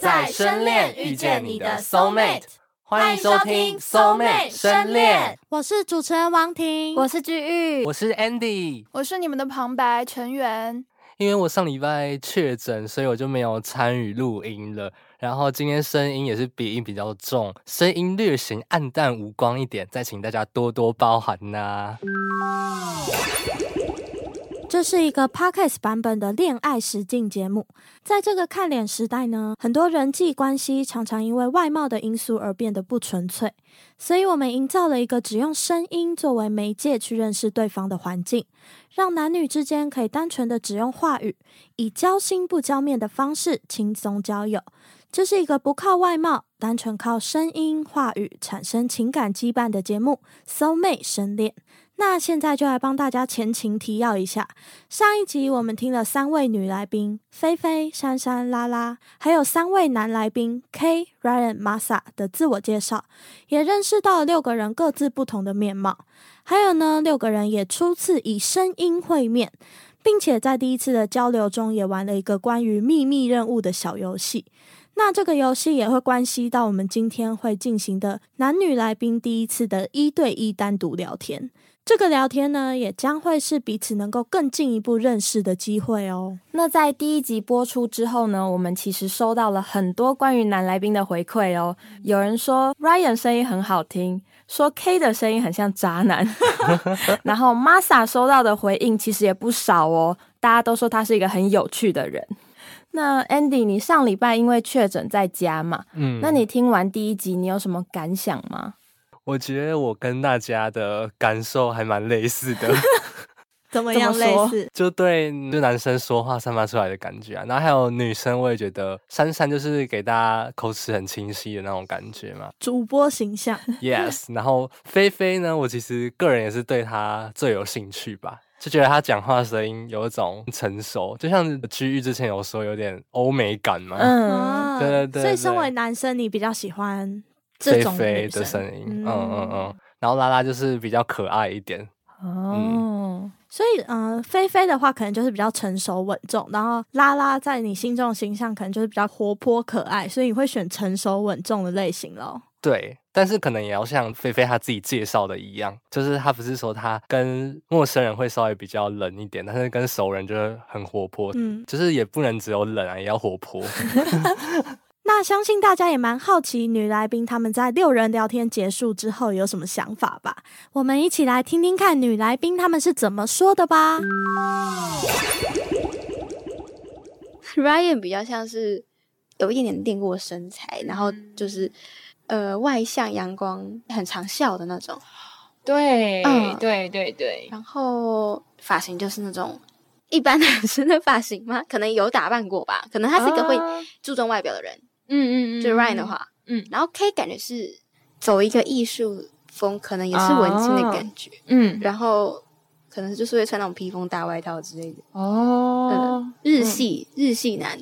在深恋遇见你的 soul mate，欢迎收听 soul mate 深恋，我是主持人王婷，我是居玉，我是 Andy，我是你们的旁白成员。因为我上礼拜确诊，所以我就没有参与录音了。然后今天声音也是鼻音比较重，声音略显暗淡无光一点，再请大家多多包涵呐、这是一个 podcast 版本的恋爱实境节目。在这个看脸时代呢，很多人际关系常常因为外貌的因素而变得不纯粹，所以我们营造了一个只用声音作为媒介去认识对方的环境，让男女之间可以单纯的只用话语，以交心不交面的方式轻松交友。这是一个不靠外貌，单纯靠声音、话语产生情感羁绊的节目《搜妹深恋》。那现在就来帮大家前情提要一下。上一集我们听了三位女来宾菲菲、珊珊、拉拉，还有三位男来宾 K、Ryan、Masa 的自我介绍，也认识到了六个人各自不同的面貌。还有呢，六个人也初次以声音会面，并且在第一次的交流中也玩了一个关于秘密任务的小游戏。那这个游戏也会关系到我们今天会进行的男女来宾第一次的一对一单独聊天。这个聊天呢，也将会是彼此能够更进一步认识的机会哦。那在第一集播出之后呢，我们其实收到了很多关于男来宾的回馈哦。有人说 Ryan 声音很好听，说 K 的声音很像渣男，然后 Masa 收到的回应其实也不少哦，大家都说他是一个很有趣的人。那 Andy，你上礼拜因为确诊在家嘛？嗯，那你听完第一集，你有什么感想吗？我觉得我跟大家的感受还蛮类似的，怎么样类似？就对就男生说话散发出来的感觉啊。然后还有女生，我也觉得珊珊就是给大家口齿很清晰的那种感觉嘛。 主播形象， Yes，然后菲菲呢，我其实个人也是对她最有兴趣吧，就觉得她讲话声音有一种成熟，就像居玉之前有说有点欧美感嘛。嗯，啊对 对对所以身对为男生，你比较喜欢菲这种菲女的声音，嗯嗯嗯嗯，然后拉拉就是比较可爱一点，哦，所以，嗯、菲菲的话可能就是比较成熟稳重，然后拉拉在你心中的形象可能就是比较活泼可爱，所以你会选成熟稳重的类型咯。对，但是可能也要像菲菲她自己介绍的一样，就是她不是说她跟陌生人会稍微比较冷一点，但是跟熟人就是很活泼，嗯，就是也不能只有冷啊，也要活 泼。那相信大家也蛮好奇女来宾她们在六人聊天结束之后有什么想法吧？我们一起来听听看女来宾她们是怎么说的吧。 Ryan 比较像是有一点点练过身材，然后嗯就是呃外向、阳光、很常笑的那种，对，啊嗯对对对，然后发型就是那种一般男生的 发型吗？可能有打扮过吧，可能他是一个会啊注重外表的人，嗯嗯嗯，就是 Ryan 的话，嗯然后 K 感觉是走一个艺术风，可能也是文青的感觉，嗯，嗯然后可能就是会穿那种披风大外套之类的，哦日系、日系男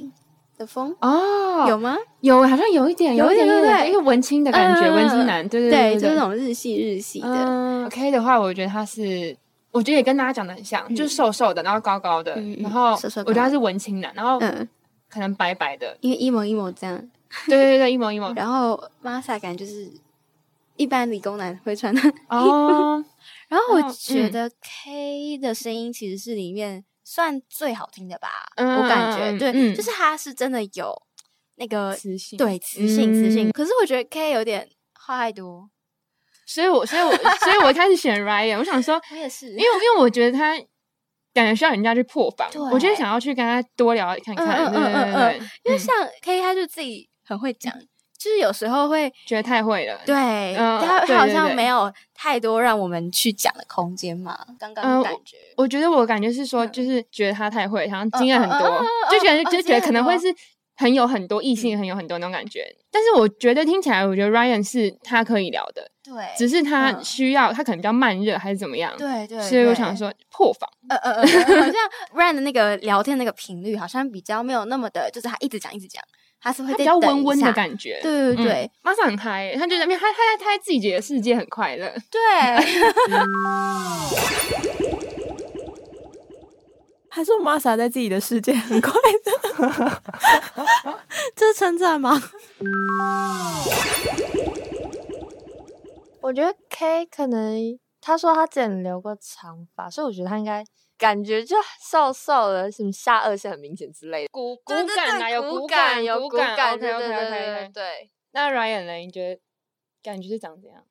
的风、哦，有吗？有好像有一点，有一一点点有对不一点对一个文青的感觉，嗯嗯嗯文青男，对对对，对，就是那种日系、日系的。嗯 OK 的话，我觉得他是，我觉得也跟大家讲的很像，嗯就是瘦瘦的，然后高高的，嗯嗯然后瘦瘦高我觉得他是文青男，然后嗯，可能白白的，因为 emo emo 这样，对对对，一模一模，然后 Masa 感觉就是一般理工男会穿 的。哦，然后我哦觉嗯得 K 的声音其实是里面算最好听的吧，嗯我感觉嗯对，嗯就是他是真的有那个磁性，对磁性磁性。嗯可是我觉得 K 有点话太多，所以我所以我 所以我一开始选 Ryan，我想说，我也是，因因为因为我觉得他。感觉需要人家去破防，对我就想要去跟他多聊看看，嗯嗯对对对嗯嗯对对，因为像 K 他就自己很会讲，就是有时候会觉得太会了。对，嗯他对好对对像没有太多让我们去讲的空间嘛，刚嗯刚感觉。我觉得我感觉是说，就是觉得他太会，好像经验很嗯嗯嗯多嗯嗯，就觉得嗯就经觉得验可很多嗯能会是很有很多异性，很有很多那种感觉。但是我觉得听起来，我觉得 Ryan 是他可以聊的，对，只是他嗯需要他可能比较慢热还是怎么样。对对，所以我对想，说破防。呃呃呃，呃好像 Ryan 的那个聊天那个频率好像比较没有那么的，就是他一直讲一直讲，他是会他比再较等温一温的下感觉，嗯对对对、马上很嗨欸，他就在那边，他他在他在自己觉得世界很快 乐。对，还是我 Masa 在自己的世界很快乐？这是称赞吗？ 我觉得 K 可能他说他之前留过长发，所以我觉得他应该感觉就瘦瘦的，什么下颚线很明显之类的。骨骨对对感啊，对有骨感，有骨骨感， OK 对对 OK 对 OK 对。对，那 Ryan 呢？你觉得感觉是长怎样？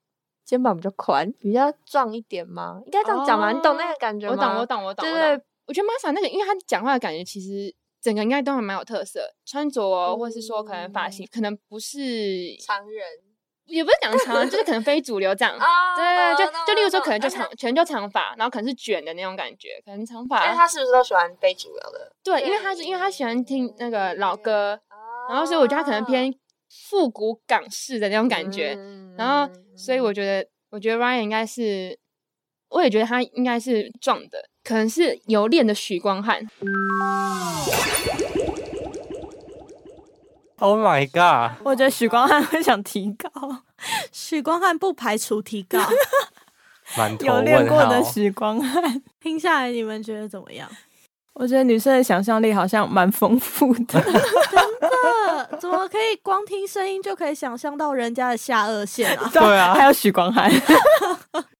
肩膀比较宽，比较壮一点吗？应该这样讲嘛，你懂那个感觉吗？哦我懂，我懂，我懂。对我懂对我觉得 Masa 那个，因为他讲话的感觉，其实整个应该都还蛮有特色，穿着、哦或者是说可能发型，可能不是，常人也不是讲长，啊就是可能非主流这样。啊对，就懂了就例如懂说，了可能就而且长，全就长发，然后可能是卷的那种感觉，可能长因为发。他是不是都喜欢非主流的？对，因为他是因为他喜欢听那个老歌，然后所以我觉得他可能偏复古港式的那种感觉。哦嗯然后，所以我觉得，我觉得 Ryan 应该是，我也觉得他应该是壮的，可能是有练的许光汉。 Oh my god！我觉得许光汉 会想提高，许光汉不排除提高。满头有练问过的号。许光汉。 听下来，你们觉得怎么样？我觉得女生的想象力好像蛮丰富 的，这呃 怎么可以光听声音就可以想象到人家的下颚线啊？对啊还有许光汉，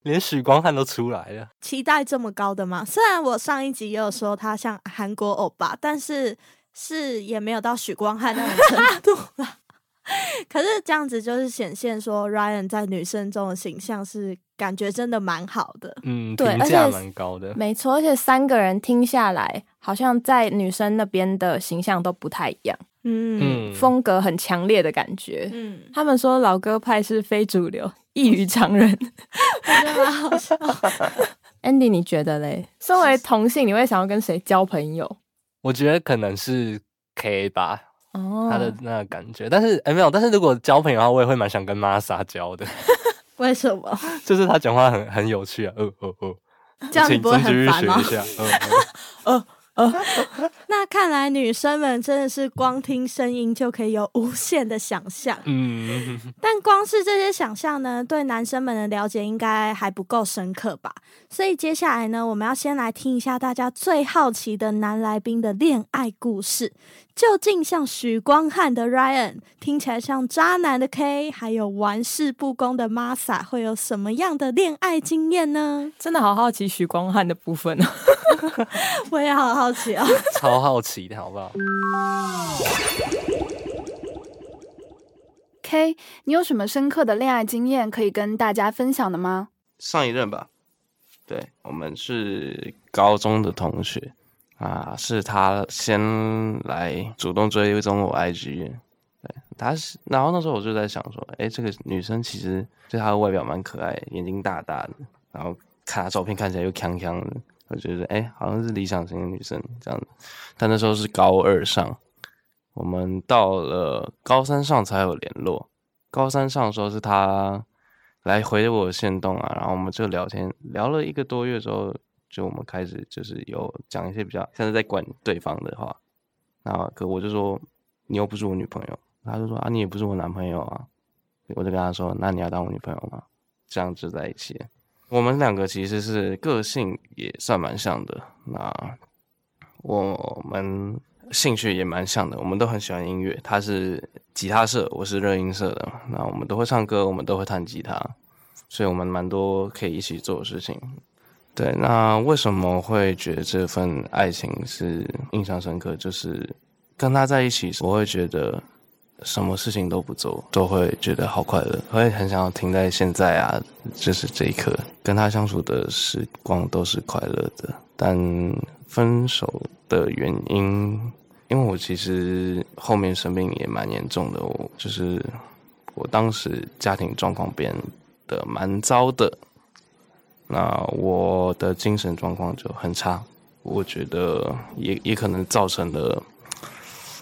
连许光汉都出来了。期待这么高的吗？虽然我上一集也有说他像韩国欧巴，但是是也没有到许光汉那种程度啦。 可是这样子就是显现说 Ryan 在女生中的形象是感觉真的蛮好的。嗯，对评而价且蛮高的。没错。而且三个人听下来，好像在女生那边的形象都不太一样，嗯嗯，风格很强烈的感觉。嗯，他们说老歌派是非主流，异于常 人。我觉得蛮好笑。 Andy，你觉得嘞？身为同性，你会想要跟谁交朋友？我觉得可能是 K 吧，哦他嗯的那个感觉。但是哎、没有，但是如果交朋友的话，我也会蛮想跟 Masa 交的， 为什么？ 就是他讲话很很有趣啊。哦哦哦，这样你请不会请继很续烦学吗一？下。嗯嗯那看来女生们真的是光听声音就可以有无限的想象。嗯，但光是这些想象呢，对男生们的了解应该还不够深刻吧？所以接下来呢，我们要先来听一下大家最好奇的男来宾的恋爱故事，究竟像许光汉的 Ryan，听起来像渣男的 K，还有玩世不恭的 Masa 会有什么样的恋爱经验呢？真的好好奇许光汉的部分哦。 我也好好奇哦。超好奇的好不好？ K，你有什么深刻的恋爱经验可以跟大家分享的吗？上一任吧，对我们是高中的同学啊，是他先来主动追踪我 IG，的对，他是，然后那时候我就在想说，哎，这个女生其实对她的外表蛮可爱的，眼睛大大的，然后看她照片看起来又康康的，我觉得哎，好像是理想型的女生这样子，但那时候是高二上，我们到了高三上才有联络，高三上的时候是他来回我的线动啊，然后我们就聊天，聊了一个多月之后，就我们开始就是有讲一些比较像是在管对方的话，然后可我就说你又不是我女朋友，他就说啊你也不是我男朋友啊，我就跟他说那你要当我女朋友吗？这样就在一起了。我们两个其实是个性也算蛮像的，那我们兴趣也蛮像的，我们都很喜欢音乐。他是吉他社，我是热音社的。那我们都会唱歌，我们都会弹吉他，所以我们蛮多可以一起做的事情。对，那为什么会觉得这份爱情是印象深刻？就是跟他在一起，我会觉得什么事情都不做，都会觉得好快乐，会很想要停在现在啊，就是这一刻。跟他相处的时光都是快乐的，但分手的原因，因为我其实后面生病也蛮严重的，我就是我当时家庭状况变得蛮糟的，那我的精神状况就很差，我觉得也也可能造成了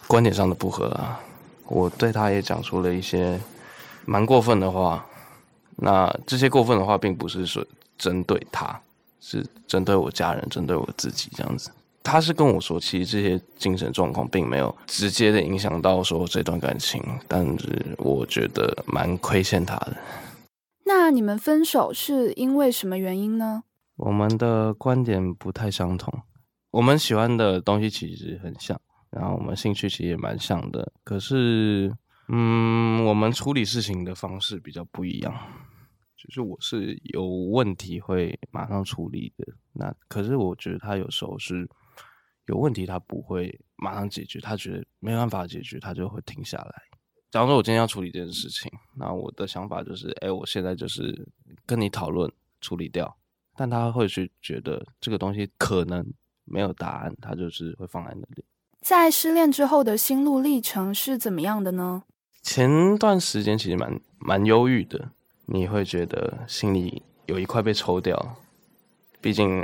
观点上的不合啊。我对他也讲出了一些蛮过分的话，那这些过分的话并不是说针对他，是针对我家人、针对我自己这样子。他是跟我说，其实这些精神状况并没有直接的影响到说这段感情，但是我觉得蛮亏欠他的。那你们分手是因为什么原因呢？我们的观点不太相同。我们喜欢的东西其实很像，然后我们兴趣其实也蛮像的，可是，嗯，我们处理事情的方式比较不一样。就是我是有问题会马上处理的，那可是我觉得他有时候是有问题，他不会马上解决，他觉得没办法解决，他就会停下来。假如说我今天要处理这件事情，那我的想法就是，哎，我现在就是跟你讨论处理掉，但他会去觉得这个东西可能没有答案，他就是会放在那里。在失恋之后的心路历程是怎么样的呢？前段时间其实蛮蛮忧郁的，你会觉得心里有一块被抽掉，毕竟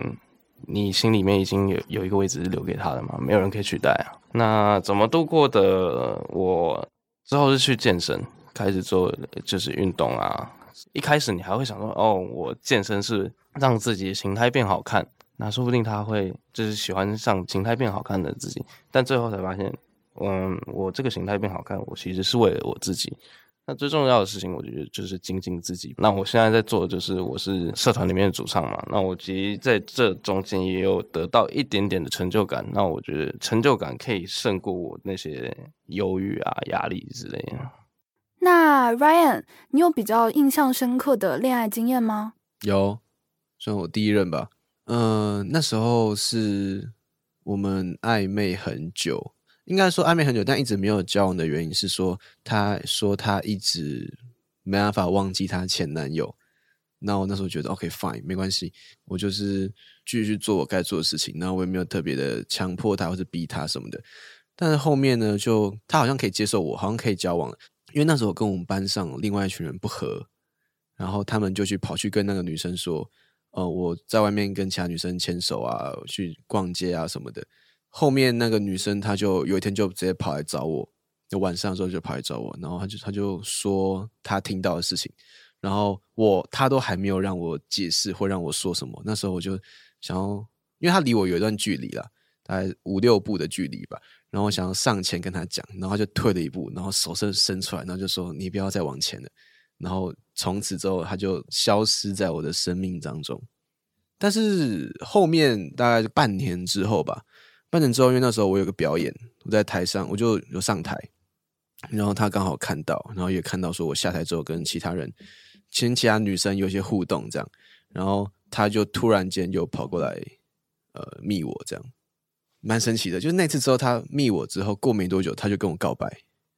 你心里面已经有有一个位置是留给他的嘛，没有人可以取代啊。那怎么度过的？我之后是去健身，开始做就是运动啊。一开始你还会想说，哦，我健身是让自己形态变好看，那说不定他会就是喜欢上形态变好看的自己，但最后才发现，嗯，我这个形态变好看，我其实是为了我自己。那最重要的事情，我觉得就是精进自己。那我现在在做的就是，我是社团里面的主唱嘛，那我其实在这中间也有得到一点点的成就感。那我觉得成就感可以胜过我那些忧郁啊、压力之类的。那 Ryan，你有比较印象深刻的恋爱经验吗？有，算我第一任吧。嗯、呃，那时候是我们暧昧很久，应该说暧昧很久，但一直没有交往的原因是说，她说她一直没办法忘记她前男友。那我那时候觉得 OK fine，没关系，我就是继续做我该做的事情，然后我也没有特别的强迫她或者逼她什么的。但是后面呢，就她好像可以接受我，好像可以交往了，因为那时候我跟我们班上另外一群人不和，然后他们就去跑去跟那个女生说。呃，我在外面跟其他女生牵手啊，去逛街啊什么的。后面那个女生她就有一天就直接跑来找我，就晚上的时候就跑来找我，然后她就她就说她听到的事情，然后我她都还没有让我解释或让我说什么。那时候我就想要，因为她离我有一段距离了，大概五六步的距离吧，然后我想要上前跟她讲，然后她就退了一步，然后手伸伸出来，然后就说你不要再往前了。然后从此之后，他就消失在我的生命当中。但是后面大概半年之后吧，半年之后，因为那时候我有个表演，我在台上我就有上台，然后他刚好看到，然后也看到说我下台之后跟其他人，跟其他女生有些互动这样，然后他就突然间又跑过来，呃，密我这样，蛮神奇的。就是那次之后，他密我之后，过没多久他就跟我告白，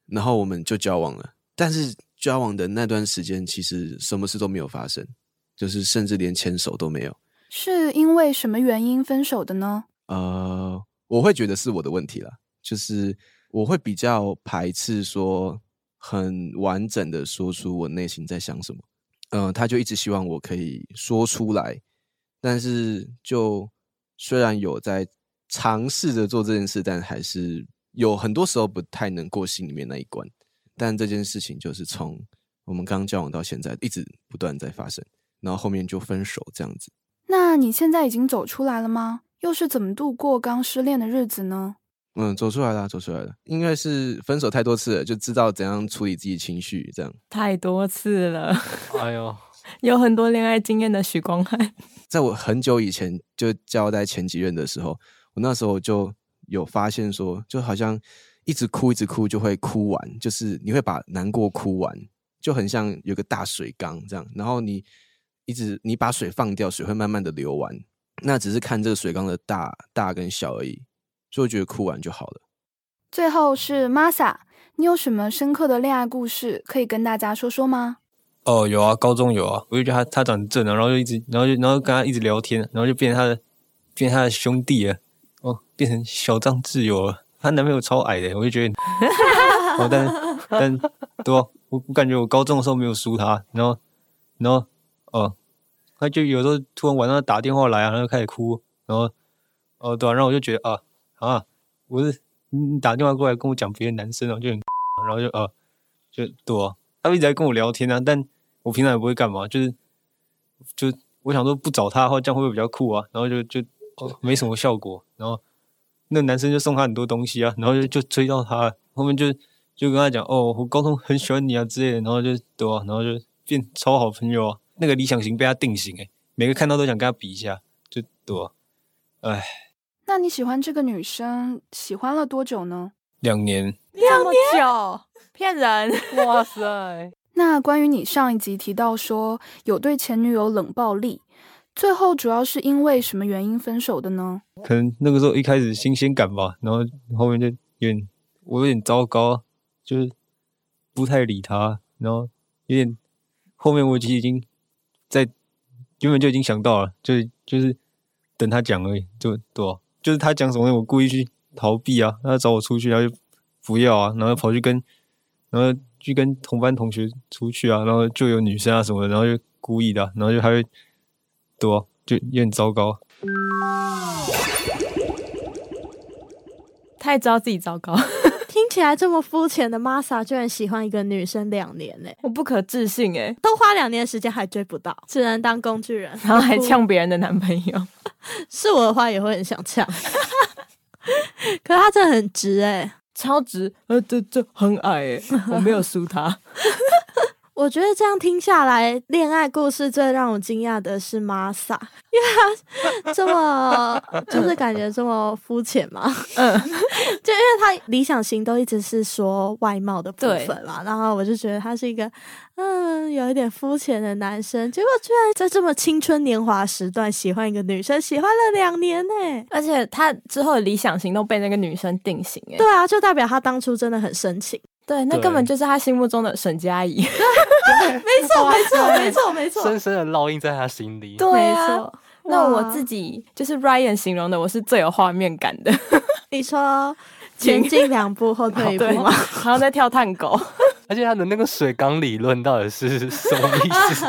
然后我们就交往了。但是交往的那段时间，其实什么事都没有发生，就是甚至连牵手都没有。是因为什么原因分手的呢？呃，我会觉得是我的问题了，就是我会比较排斥说很完整的说出我内心在想什么。嗯、呃，他就一直希望我可以说出来，但是就虽然有在尝试着做这件事，但还是有很多时候不太能过心里面那一关。但这件事情就是从我们刚交往到现在，一直不断在发生，然后后面就分手这样子。那你现在已经走出来了吗？又是怎么度过刚失恋的日子呢？嗯，走出来了，走出来了。因为是分手太多次了，就知道怎样处理自己情绪，这样。太多次了，哎呦，有很多恋爱经验的许光 汉，在我很久以前就交代前几任的时候，我那时候就有发现说，就好像。一直哭，一直哭就会哭完，就是你会把难过哭完，就很像有个大水缸这样，然后你一直你把水放掉，水会慢慢的流完，那只是看这个水缸的大大跟小而已，所以我觉得哭完就好了。最后是 Masa，你有什么深刻的恋爱故事可以跟大家说说吗？哦，有啊，高中有啊，我就觉得他他长正，啊然后就一直，然后就然后跟他一直聊天，然后就变成他的变成他的兄弟了，哦，变成小张挚友了。她男朋友超矮的，我就觉得，哦，但但对吧、啊？我我感觉我高中的时候没有输他，然后然后哦，他就有时候突然晚上打电话来啊，然后开始哭，然后哦对、啊，然后我就觉得啊啊，我是你打电话过来跟我讲别的男生，然后就很，然后就啊就对啊，他一直在跟我聊天啊，但我平常也不会干嘛，就是就我想说不找他的话，这样会不会比较酷啊？然后就就哦没什么效果，然后。那男生就送他很多东西啊，然后就就追到他，后面就就跟他讲哦，我高中很喜欢你啊之类的，然后就对啊，然后就变超好朋友啊。那个理想型被他定型诶、欸，每个看到都想跟他比一下，就对啊，哎。那你喜欢这个女生，喜欢了多久呢？两年这么久，骗人！哇塞！那关于你上一集提到说有对前女友冷暴力，最后主要是因为什么原因分手的呢？可能那个时候一开始新鲜感吧，然后后面就有点我有点糟糕，就是不太理他，然后有点后面我其实已经在原本就已经想到了，就是就是等他讲而已，就对、啊，就是他讲什么我故意去逃避啊，他找我出去，然后就不要啊，然后跑去跟然后去跟同班同学出去啊，然后就有女生啊什么的，然后就故意的啊、然后就还会对、啊，就有点糟糕。他也知道自己糟糕， 听起来这么肤浅的 Masa 居然喜欢一个女生两年嘞、我不可置信哎、都花两年时间还追不到，只能当工具 人，然后还呛别人的男朋友，是我的话也会很想呛。 可是他真的很直哎、超值，呃，这这很矮 哎、我没有输他。我觉得这样听下来，恋爱故事最让我惊讶的是 Masa，因为他这么就是感觉这么肤浅嘛。嗯， 就因为他理想型都一直是说外貌的部对分嘛，然后我就觉得他是一个嗯有一点肤浅的男生，结果居然在这么青春年华时段喜欢一个女生，喜欢了两年欸呢、而且他之后的理想型都被那个女生定型哎、对啊，就代表他当初真的很深情。对，那对根本就是他心目中的沈佳宜。没错，没错， 没错，没错，深深的烙印在他心里。 对没啊，错。那我哇自己就是 Ryan 形容的，我是最有画面感的。你说前进两步，后退一步哦对 吗？然后在跳探狗，而且他的那个水缸理论到底是 什么意 思？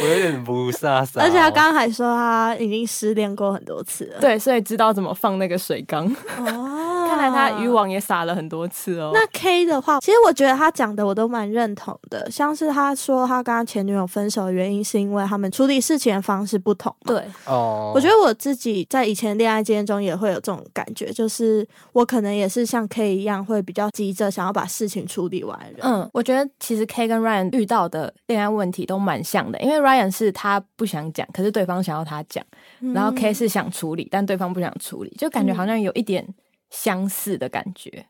我有点不飒哦飒。而且他刚刚还说他已经失恋过很多次了。 对，所以知道怎么放那个水缸。哦看来他渔。网也撒了很多次哦。那 K 的话，其实我觉得他讲的我都蛮认同的，像是他说他跟他前女友分手的原因是因为他们处理事情的方式不同嘛。对，哦，我觉得我自己在以前恋爱经验中也会有这种感觉，就是我可能也是像 K 一样，会比较急着想要把事情处理完的人。嗯，我觉得其实 K 跟 Ryan 遇到的恋爱问题都蛮像的，因为 Ryan 是他不想讲，可是对方想要他讲，嗯然后 K 是想处理，但对方不想处理，就感觉好像有一点相似的感觉。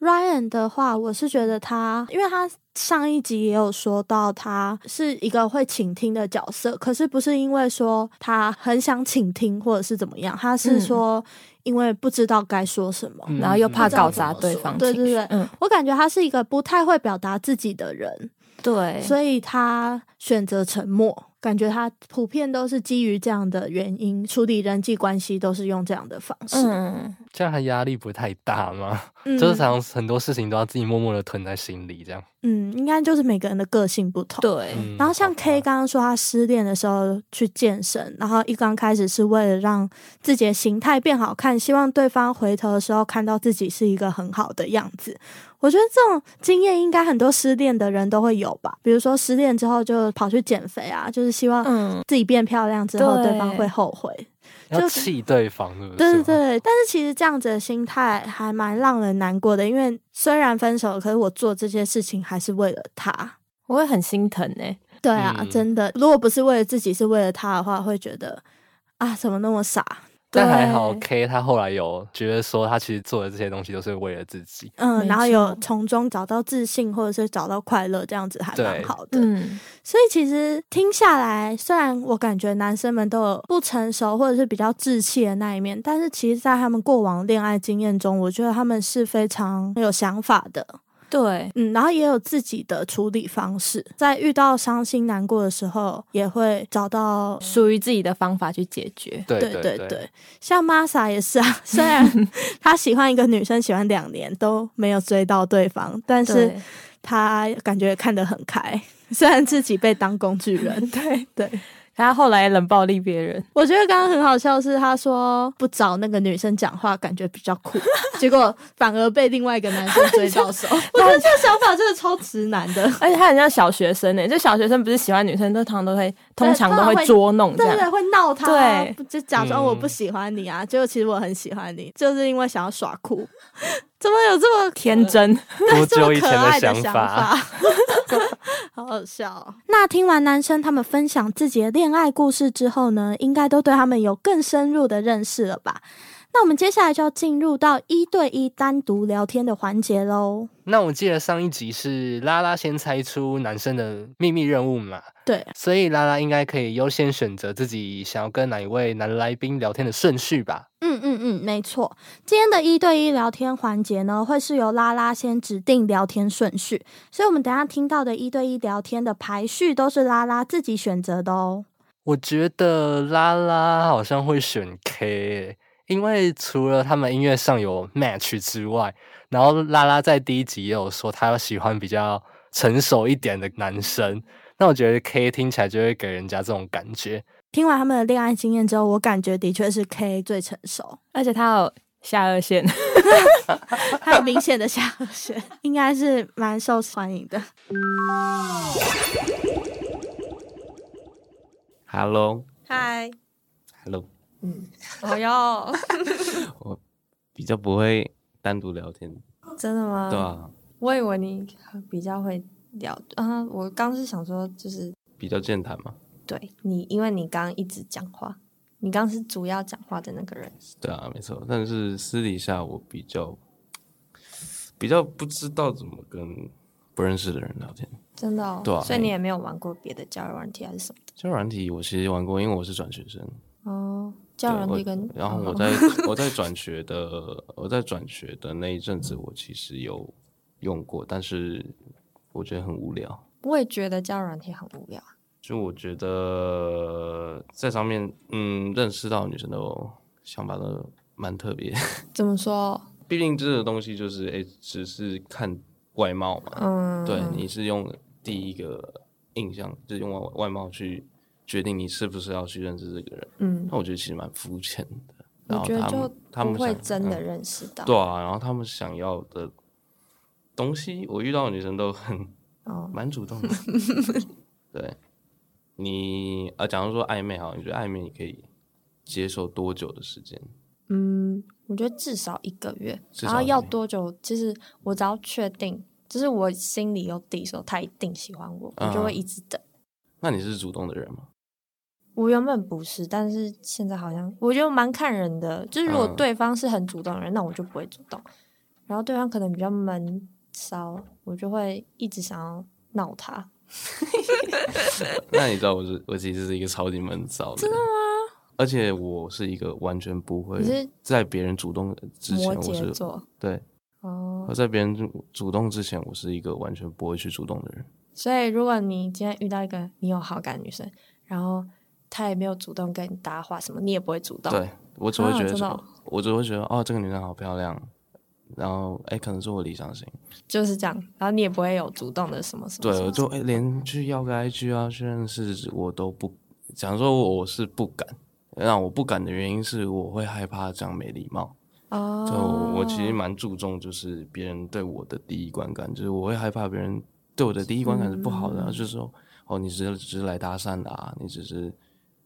Ryan 的话，我是觉得他，因为他上一集也有说到，他是一个会倾听的角色，可是不是因为说他很想倾听或者是怎么样，他是嗯说因为不知道该说什么。嗯然后又怕不知道搞怎么砸对说方情对绪，对对嗯，我感觉他是一个不太会表达自己的人，对，所以他选择沉默。感觉他普遍都是基于这样的原因处理人际关系，都是用这样的方式。嗯，这样他压力不太大吗？嗯就是常很多事情都要自己默默的吞在心里，这样。嗯，应该就是每个人的个性不同。对，嗯然后像好吧 K 刚刚说，他失恋的时候去健身，然后一刚开始是为了让自己的形态变好看，希望对方回头的时候看到自己是一个很好的样子。我觉得这种经验应该很多失恋的人都会有吧，比如说失恋之后就跑去减肥啊，就是希望嗯，自己变漂亮之后对对方会后悔。要就是气对方，对不对对嗯是哦吗对，但是其实这样子的心态还蛮让人难过的，因为虽然分手了，可是我做这些事情还是为了他。我会很心疼哎、对啊，嗯真的，如果不是为了自己，是为了他的话，会觉得啊，怎么那么傻？但还好对 K 他后来有觉得说，他其实做的这些东西都是为了自己。嗯，没然后有错从中找到自信，或者是找到快乐，这样子还蛮对好的。嗯，所以其实听下来，虽然我感觉男生们都有不成熟或者是比较稚气的那一面，但是其实，在他们过往恋爱经验中，我觉得他们是非常有想法的。对，嗯，然后也有自己的处理方式，在遇到伤心难过的时候，也会找到属于自己的方法去解决。对对对对对，像 Masa 也是啊，虽 然他喜欢一个女生喜欢两年都没有追到对方，但是对他感觉看得很开，虽然自己被当工具人。对， 对，然后后来冷暴力别人，我觉得刚刚很好笑是他说不找那个女生讲话感觉比较酷，结果反而被另外一个男生追到手。 我觉得这个想法真的超直男 的。而且他很像小学生欸呢、就小学生不是喜欢女生，都通常都会，通常都通会常会捉弄这对对，样。会闹他啊，对不就假装我不嗯喜欢你啊，结果其实我很喜欢你，就是因为想要耍 酷。怎么有这么天真， 多这么久以可前爱想想法？， 好好笑哦、那听完男生他们分享自己的恋爱故事之后呢，应该都对他们有更深入的认识了吧？那我们接下来就要进入到一对一单独聊天的环节喽。那我记得上一集是拉拉先猜出男生的秘密任务嘛，对，所以拉拉应该可以优先选择自己想要跟哪一位男来宾聊天的顺序吧。嗯嗯嗯，没错。今天的一对一聊天环节呢，会是由拉拉先指定聊天顺序，所以我们等一下听到的一对一聊天的排序都是拉拉自己选择的哦。我觉得拉拉好像会选 K，欸因为除了他们音乐上有 match 之外，然后拉拉在第一集也有说她喜欢比较成熟一点的男生，那我觉得 K 听起来就会给人家这种感 觉。听完他们的恋爱经验之后，我感觉的确是 K 最成熟，而且他有下颚线， 他有明显的下颚线，应该是蛮受欢迎的。 Hello，Hello，嗨，我要比较不会单独聊天，真的吗？对啊，我以为你比较会聊啊，我刚是想说，就是比较健谈嘛，对你，因为你刚刚一直讲话，你刚刚是主要讲话的那个人。对啊，没错。但是私底下我比较比较不知道怎么跟不认识的人聊天。真的哦，对啊所以你也没有玩过别的交友软体还是什么交友软体我其实玩过，因为我是转学生，的哦，交对友软我体跟然后我哦 在我在转学的我在转学的那一阵子，我其实有用过，但是我觉得很无聊。我也觉得交友软体很无聊，就我觉得在上面，嗯，认识到女生的想法都蛮特别。 怎么说？毕竟这个东西就是，诶，只是看外貌嘛。嗯对，你是用第一个印象，就是用外外貌去决定你是不是要去认识这个人。嗯那我觉得其实蛮肤浅的。我然后觉得他们就他们不会想真的嗯认识到对啊，然后他们想要的东西，我遇到的女生都很哦，蛮主 动的。对，你呃，假如说暧昧哈，你觉得暧昧你可以接受多久的时间？嗯，我觉得至少一个月，至然后少一要个月多久？其实我只要确定，就是我心里有底，说他一定喜欢我，我就嗯会一直等。那你是主动的人吗？我原本不是，但是现在好像我觉得蛮看人的，就是如果嗯对方是很主动的人，那我就不会主动；然后对方可能比较闷骚，我就会一直想要闹他。 那你知道我是我其实是一个超级闷骚的，真的吗？而且我是一个完全不会你是在别人主动之摩前，我羯是座对哦我，在别人主主动之前，我是一个完全不会去主动的人。所以如果你今天遇到一个你有好感的女生，然后她也没有主动跟你搭话什么，你也不会主动。对我只会啊觉得真说，的哦我只会觉得哦，这个女生好漂亮，然后哎，可能是我理想型。就是这样，然后你也不会有主动的什么什么对，什么我就哎、连去要个 IG 啊，去认识我都不，讲说我是不敢。让我不敢的原因是我会害怕这样没礼貌。哦，就我我其实蛮注重就是别人对我的第一观感，就是我会害怕别人对我的第一观感是不好的，然嗯后就说哦，你只是只是来搭讪的啊，你只是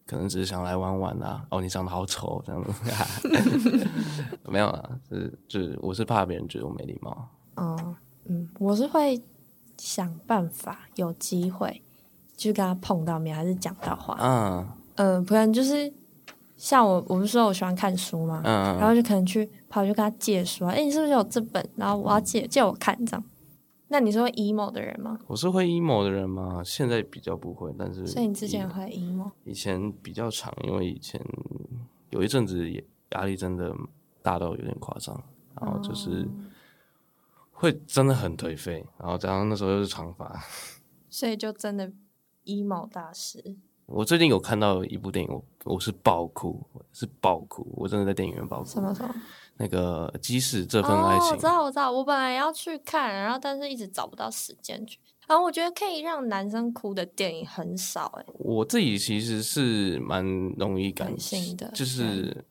可能只是想来玩玩的啊，哦，你长得好丑这样子， 没有啦，是就是我是怕别人觉得我没礼貌，哦，嗯，我是会想办法有机会去跟他碰到面，还是讲到话。嗯嗯、不然就是像我，我不是说我喜欢看书吗？嗯，然后就可能去跑去跟他借书啊，哎、你是不是有这本？然后我要借借我看这样。那你是会 emo 的人吗？我是会 emo 的人嘛，现在比较不会，但是所以你之前以会 emo？以前比较长，因为以前有一阵子也压力真的大到有点夸张，然后就是哦会真的很颓废，然后加上那时候又是长发。所以就真的 emo 大师。我最近有看到一部电影，我我是爆哭，是爆哭，我真的在电影院爆什哭。么什么？那个即使 这份爱哦，情我知，道，我知道，我本来要去看，然后但是一直找不到时间去。然后我觉得可以让男生哭的电影很少、欸，我自己其实是蛮容易感感性的就是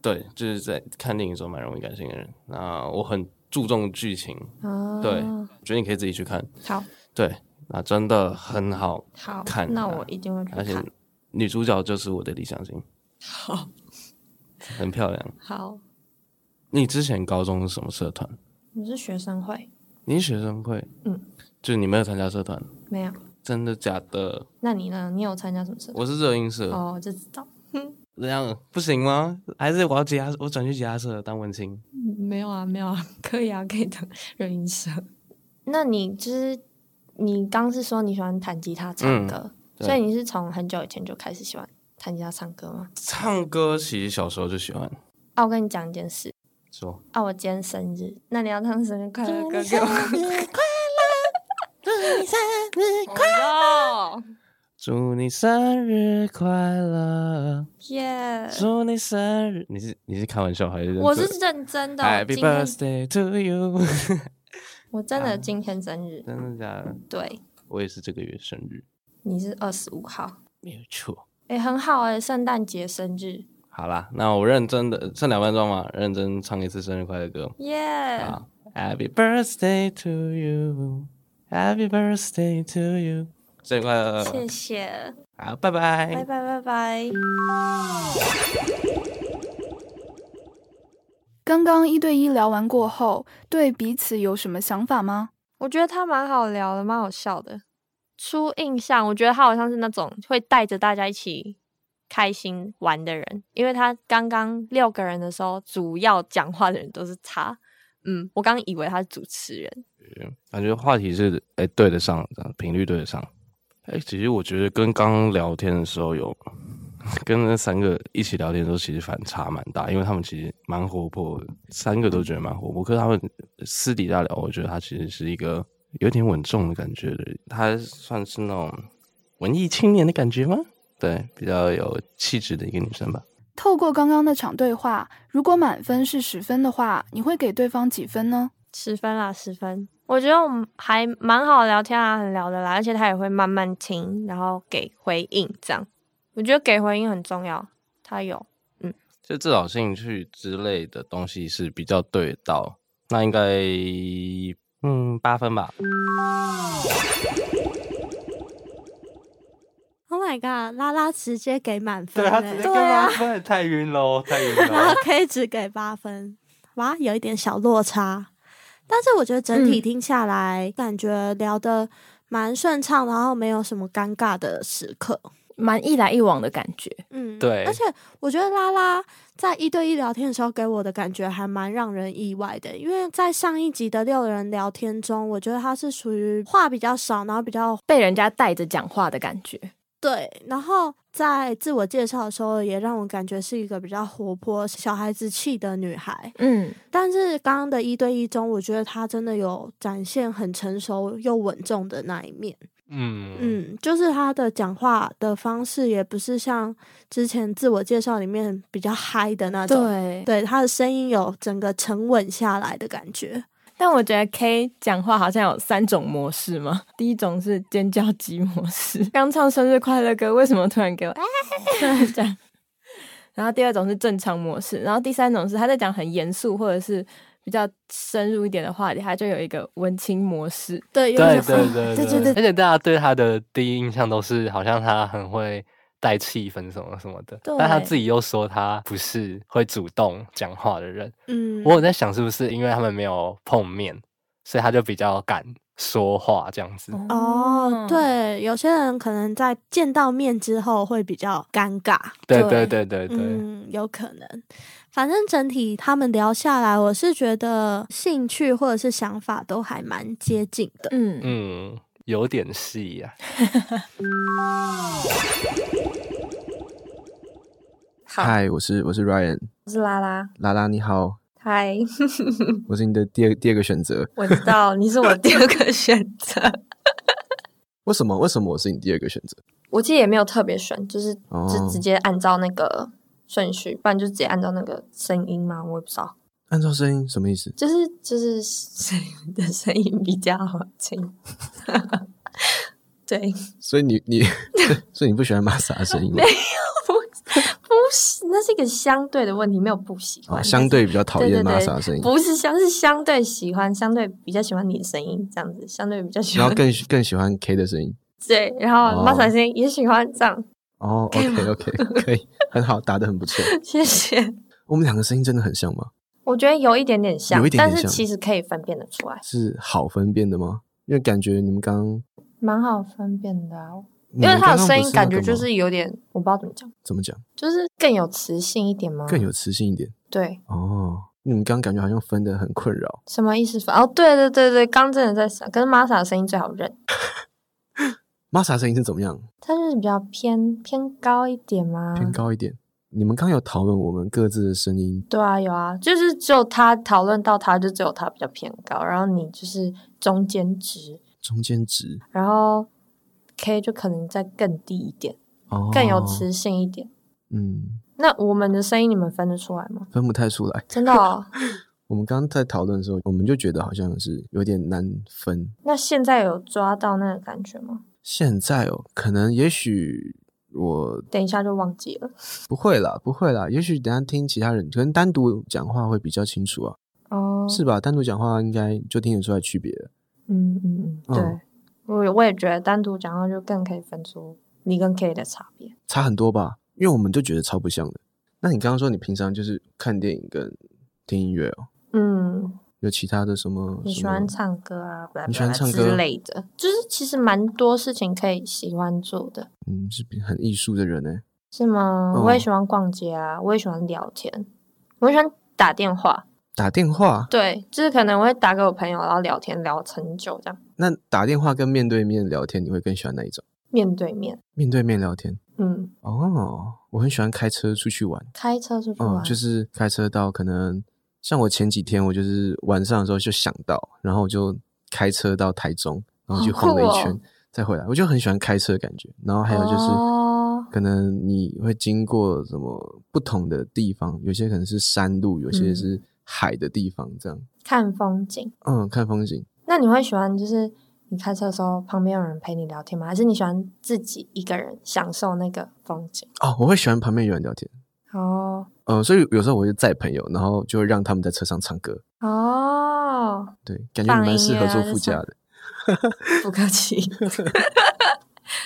对，就是在看电影的时候蛮容易感性的人。那我很注重剧情，啊对，觉得你可以自己去看。好，对，那真的很好 好，看啊、那我一定会而去且看。女主角就是我的理想型，好，很漂亮。好，你之前高中是什么社团？你是学生会你是学生会？嗯，就你没有参加社团，没有？真的假的？那你呢？你有参加什么社团？哦我是热音社，哦，我就知道。这样不行吗？还是我要吉他，我转去吉他社当文青？没有啊，没有啊， 可以啊，可以当人音社。那你就是你刚是说你喜欢弹吉他唱嗯歌，对所以你是从很久以前就开始喜欢弹吉他唱歌吗？唱歌其实小时候就喜欢啊，我跟你讲一件事，说，啊，我今天生日，那你要唱生日快乐歌给我。 哦，祝你生日快乐，耶！祝你生日。你是你是开玩笑还是认真？我是认真的，我 Happy 今天 birthday to you！ 我真的今天生日，真的假的？对，我也是这个月生日，你是二十五号，没有错。哎，很好哎，圣诞节生日，好啦，那我认真的剩两分钟嘛，认真唱一次生日快乐歌。耶！好，Happy birthday to you，Happy birthday to you，生日快乐！谢谢，好，拜拜，拜拜拜拜。刚刚一对一聊完过后，对彼此有什么想法吗？我觉得他蛮好聊的，蛮好笑的。初印象，我觉得他好像是那种会带着大家一起开心玩的人，因为他刚刚六个人的时候，主要讲话的人都是他。嗯，我刚以为他是主持人，感觉话题是哎、对得上，这样频率对得上。哎、其实我觉得跟刚刚聊天的时候有，跟那三个一起聊天的时候，其实反差蛮大，因为他们其实蛮活泼的，三个都觉得蛮活泼。可是他们私底下聊，我觉得他其实是一个有点稳重的感觉的人，他算是那种文艺青年的感觉吗？对，比较有气质的一个女生吧。透过刚刚那场对话，如果满分是十分的话，你会给对方几分呢？十分啦，十分。我觉得我们还蛮好聊天啊，很聊得来，而且他也会慢慢听，然后给回应，这样我觉得给回应很重要。他有，就至少兴趣之类的东西是比较对得到，那应该嗯八分吧。 Oh my god！拉拉直接给满分对欸，他直接跟对啊八分，太晕喽，太晕然后喽。 K 只给八分，哇，有一点小落差。但是我觉得整体嗯听下来，感觉聊得蛮顺畅，然后没有什么尴尬的时刻。 蛮一来一往的感觉。嗯，对而且我觉得拉拉在一对一聊天的时候给我的感觉还蛮让人意外的，因为在上一集的六人聊天中，我觉得他是属于话比较少，然后比较被人家带着讲话的感觉。对，然后在自我介绍的时候，也让我感觉是一个比较活泼、小孩子气的女孩。嗯，但是刚刚的一对一中，我觉得她真的有展现很成熟又稳重的那一面。嗯嗯，就是她的讲话的方式也不是像之前自我介绍里面比较嗨的那种，对对，她的声音有整个沉稳下来的感觉。但我觉得 K 讲话好像有三种模式嘛。第一种是尖叫鸡模式， 刚唱生日快乐歌，为什么突然给我 啊这样？然后第二种是正常模式，然后第三种是他在讲很严肃或者是比较深入一点的话题，他就有一个文青模式。对对对对对对而且大家对他的第一印象都是好像他很会带气氛什么什么的，但他对自己又说他不是会主动讲话的人。嗯我有在想是不是因为他们没有碰面，所以他就比较敢说话这样子。嗯哦，对，有些人可能在见到面之后会比较尴尬。对对对对对，嗯，有可能。反正整体他们聊下来，我是觉得兴趣或者是想法都还蛮接近的。嗯，嗯，有点啊戏呀、嗨，我是我是 Ryan，我是拉拉，拉拉你好，嗨， 我是你的第二第二个选择。我知道你是我第二个选择，为什么为什么我是你第二个选择？我其实也没有特别选，就是哦就直接按照那个顺序，不然就直接按照那个声音嘛，我也不知道，按照声音什么意思？就是就是谁的声音比较好听，对，所以你你所以你不喜欢玛莎的声音吗没？有不不喜，那是一个相对的问题，没有不喜欢，哦，相对比较 讨厌玛莎的声音，不是相是相对喜欢，相对比较喜欢你的声音这样子，相对比较喜然欢后更喜更喜欢 K 的声音。对，然后哦马小星也喜欢这样，哦可以 ，OK OK，可以，很好，打得很不错。谢谢。我们两个声音真的很像吗？我觉得有一点点像，有一点点但是像其实可以分辨得出来，是好分辨的吗？因为感觉你们刚蛮好分辨的、啊。因为他的声音感觉是。就是有点，我不知道怎么讲，怎么讲？就是更有磁性一点吗？更有磁性一点对，哦。你们刚刚感觉好像分的很困扰，什么意思？哦，对对对对，刚真的在想，可是玛莎的声音最好认， 玛莎声音是怎么样？它就是比较偏偏高一点吗？偏高一点。你们刚有讨论我们各自的声音，对啊，有啊，就是只有他讨论到他，就只有他比较偏高，然后你就是中间值，中间值然后 K 就可能再更低一点，哦，更有磁，性一点。嗯，那我们的声音你们分得出来吗？分不太出来。真的、哦？ 我们刚刚在讨论的时候，我们就觉得好像是有点难分。那现在有抓到那个感觉吗？现在哦，可能也许我等一下就忘记了。不会啦，不会啦，也许等一下听其他人，可能单独讲话会比较清楚啊，哦，是吧？单独讲话应该就听得出来区别了。嗯嗯嗯，对嗯，我也我也觉得单独讲话就更可以分出你跟 K 的差别。差很多吧？因为我们就觉得超不像的。那你刚刚说你平常就是看电影跟听音乐哦，嗯，有其他的什么？你喜什么欢唱歌啊，blah 你喜欢 blah 唱歌之类的，就是其实蛮多事情可以喜欢做的，嗯，是比很艺术的人呢。是吗？嗯我也喜欢逛街啊，我也喜欢聊天，我也喜欢打电话。打电话， 对，就是可能我会打给我朋友，然后聊天聊很久这样，那打电话跟面对面聊天，你会更喜欢哪一种？面对面。面对面聊天嗯，哦，我很喜欢开车出去玩，开车出去嗯，玩，就是开车到可能像我 前几天，我就是晚上的时候就想到，然后我就开车到台中，然后去好晃酷了一哦圈、再回来，我就很喜欢开车的感觉。然后还有就是，哦可能你会经过什么不同的地方，有些可能是山路，有些嗯是海的地方，这样，看风景。嗯，看风景。那你会喜欢就是你开车的时候旁边有人陪你聊天吗？还是你喜欢自己一个人享受那个风景？哦，我会喜欢旁边有人聊天，哦呃，所以有时候我就载朋友，然后就会让他们在车上唱歌，哦，对，感觉你放蛮音适合乐做啊就副驾唱的， 不客气。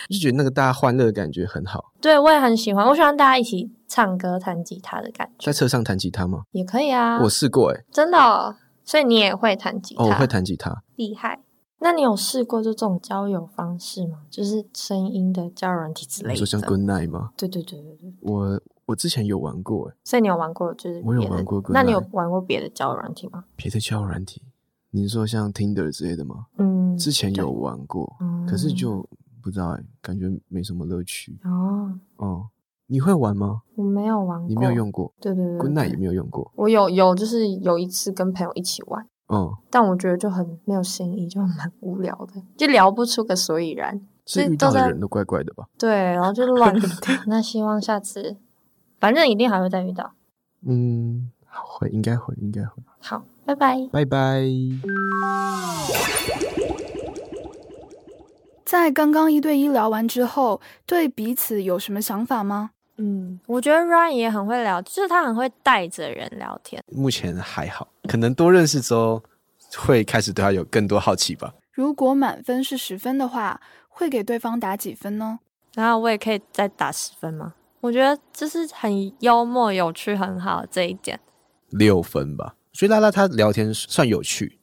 就觉得那个大家欢乐的感觉很好。对，我也很喜欢，我喜欢大家一起唱歌、弹吉他的感觉，在车上弹吉他吗？也可以啊。我试过哎、真的哦、所以你也会弹吉他，啊哦，我会弹吉他。厉害。那你有试过就这种交友方式吗？就是声音的交友软体之类你说的？像 Good Night 吗？对对对对对。我我之前有玩过哎、所以你有玩过就是我有别的玩过 Good 那你有 Night 玩过别的交友软体吗？别的交友软体，你说像 Tinder 之类的吗？嗯之前对有玩过，可是嗯就不知道哎、感觉没什么乐趣。哦，哦，你会玩吗？我没有玩过，你没有用过对对对对，Good Night 也没有用过。我有有，就是有一次跟朋友一起玩，哦，但我觉得就很没有新意，就蛮无聊的，就聊不出个所以然，是就遇都到的在人都怪怪的吧？对，然后就 乱聊。那希望下次，反正一定还会再遇到。嗯，会，应该会，应该会。好，拜拜。拜拜。在刚刚一对一聊完之后，对彼此有什么想法吗？嗯，我觉得 Ryan 也很会聊，就是他很会带着人聊天。目前还好，可能多认识之后会开始对他有更多好奇吧。如果满分是十分的话，会给对方打几分呢？然后我也可以再打十分吗？我觉得就是很幽默、有趣，很好这一点。六分吧。所以拉拉他聊天算有趣，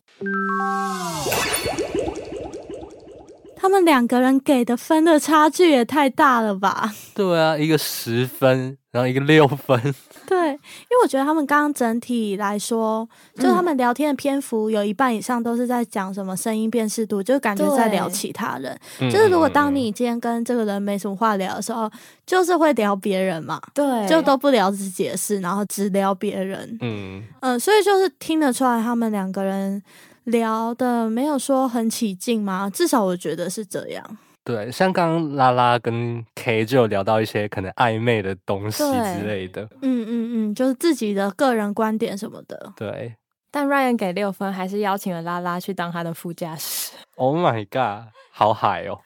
他们两个人给的分的差距也太大了吧？ 对啊，一个十分，然后一个六分，对，因为我觉得他们刚刚整体来说，就嗯他们聊天的篇幅有一半以上都是在讲什么声音辨识度，就感觉在聊对其他人。嗯就是如果当你今天跟这个人没什么话聊的时候，就是会聊别人嘛，对就都不聊自己的事，然后只聊别人。嗯，嗯，所以就是听得出来他们两个人聊的没有说很起劲嘛，至少我觉得是这样。对，像刚刚拉拉跟 K 就有聊到一些可能暧昧的东西对之类的，嗯嗯嗯，就是自己的个人观点什么的。对但 Ryan 给六分，还是邀请了拉拉去当他的副驾驶。 ，Oh my god，好海哦，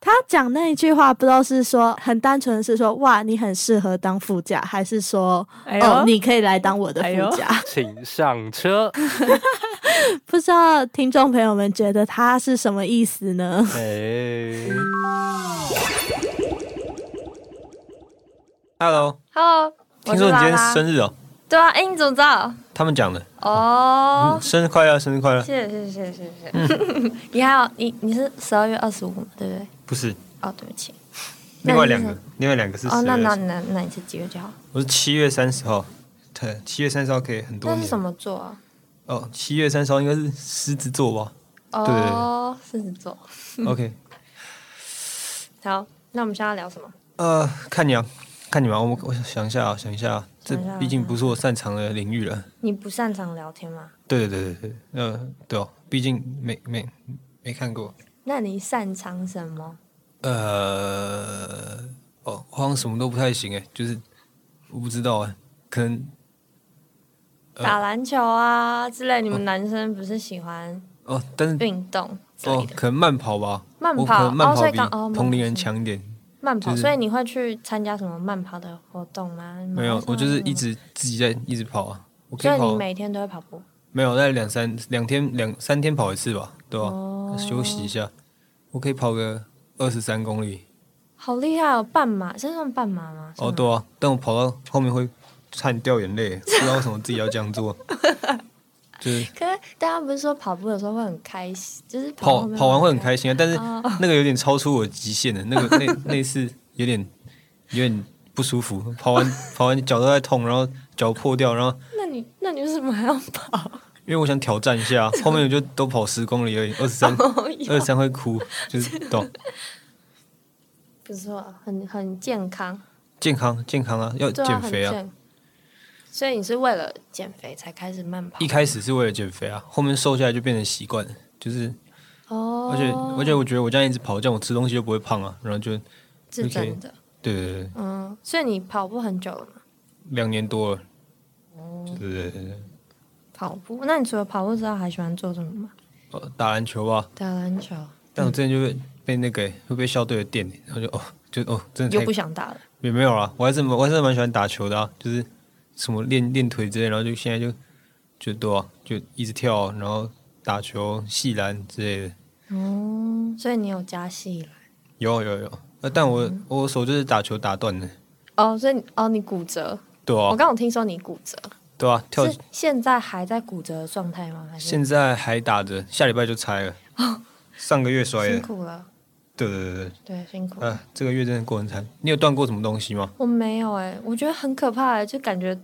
他讲那一句话，不知道是说很单纯的是说哇，你很适合当副驾，还是说、哎呦哦，你可以来当我的哎呦副驾？请 上车， 不知道听众朋友们觉得他是什么意思呢？哎， Hello， Hello，我听是说你拉今天拉。生日哦？对啊，哎，你怎么知道？他们讲的。哦嗯，生日快乐，生日快乐！嗯谢谢谢谢谢谢。 你还有你你是十二月二十五嘛，对不对？不是，哦，对不起。另外两那你个是，另外两个是哦，那12月那那那你是几月几号？我是七月三十号，对，七月三十号可以很多那是年。什么座啊？哦，七月三十号应该是狮子座吧？对对对哦，狮子座。 OK， 好，那我们现在要聊什么？呃，看你啊，看你们啊，我我想一下啊，想一下啊，这想一下啊毕竟不是我擅长的领域了。你不擅长聊天吗？对对对对对，呃，对哦，毕竟没没没看过。那你擅长什么？呃，哦，我好像什么都不太行哎，就是我不知道哎，可能呃打篮球啊之类，你们男生不是喜欢哦，但是运动之类哦，可能慢跑吧，慢我可能跑慢哦所跑以比刚哦慢同龄跑人是强一点。慢跑，就是所以你会去参加什么慢跑的活动吗？没有，我就是一直自己在一直跑啊，我可所以跑你每天都会跑步。没有，那两三两天两三天跑一次吧，对吧、哦休息一下，我可以跑个二十三公里。好厉害哦！半马，这算半马吗？哦，对啊，但我跑到后面会差点掉眼泪，不知道为什么自己要这样 做。就是可是大家不是说跑步的时候会很开心，就是到跑后面跑完会很开心啊，但是哦那个有点超出我极限的，那 个那那次有点有点不舒服，跑完跑完脚都在痛，然后脚破掉，然后那你那你为什么还要跑？因为我想挑战一下，后面我就都跑十公里而已，二十三哦哟二十三会哭，就是懂。不错，很很健康，健康健康啊，要对减肥很啊。健所以你是为了减肥才开始慢跑一开始是为了减肥啊，后面瘦下来就变成习惯了，就是哦？而且而且我觉得我这样一直跑，这样我吃东西就不会胖啊，然后就是真的，对对对，嗯，所以你跑步很久了吗？哦两年多了，对对对对，跑步？那你除了跑步之外，还喜欢做什么吗？哦打篮球吧，打篮球，嗯但我之前就被被那个会被校队的电，然后就哦就哦真的又太不想打了。也没有啦，我还是蛮我还是蛮喜欢打球的啊，就是什么练练腿之类，然后就现在就就对啊，就一直跳，然后打球、系篮之类的。哦，所以你有加戏了。嗯有有有，呃，但我、我手就是打球打断的，哦，所以你哦，你骨折。对啊我，刚有听说你骨折，对啊，跳是现在还在骨折的状态吗？还是现在还打着，下礼拜就拆了，哦， 上个月摔辛的，苦了，对对对对，辛苦对，啊，这个月真的过很惨。你有断过什么东西吗？我没有哎、我觉得很可怕、欸，就感觉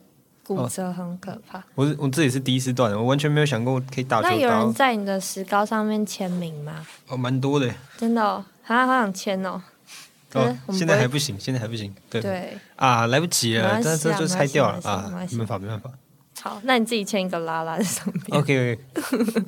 骨折很可怕。哦我是我自己是第一次断的，我完全没有想过可以打那球有打人到，在你的石膏上面签名吗？哦，蛮多的，真的、哦，啊，好想签哦。可是哦我，们现在会还不行，现在还不行，对对。啊，来不及没了，关但系是啊就没拆关系掉没关了系啊没关，系没办法，没办法。好，那你自己签一个拉拉在上面。 OK OK，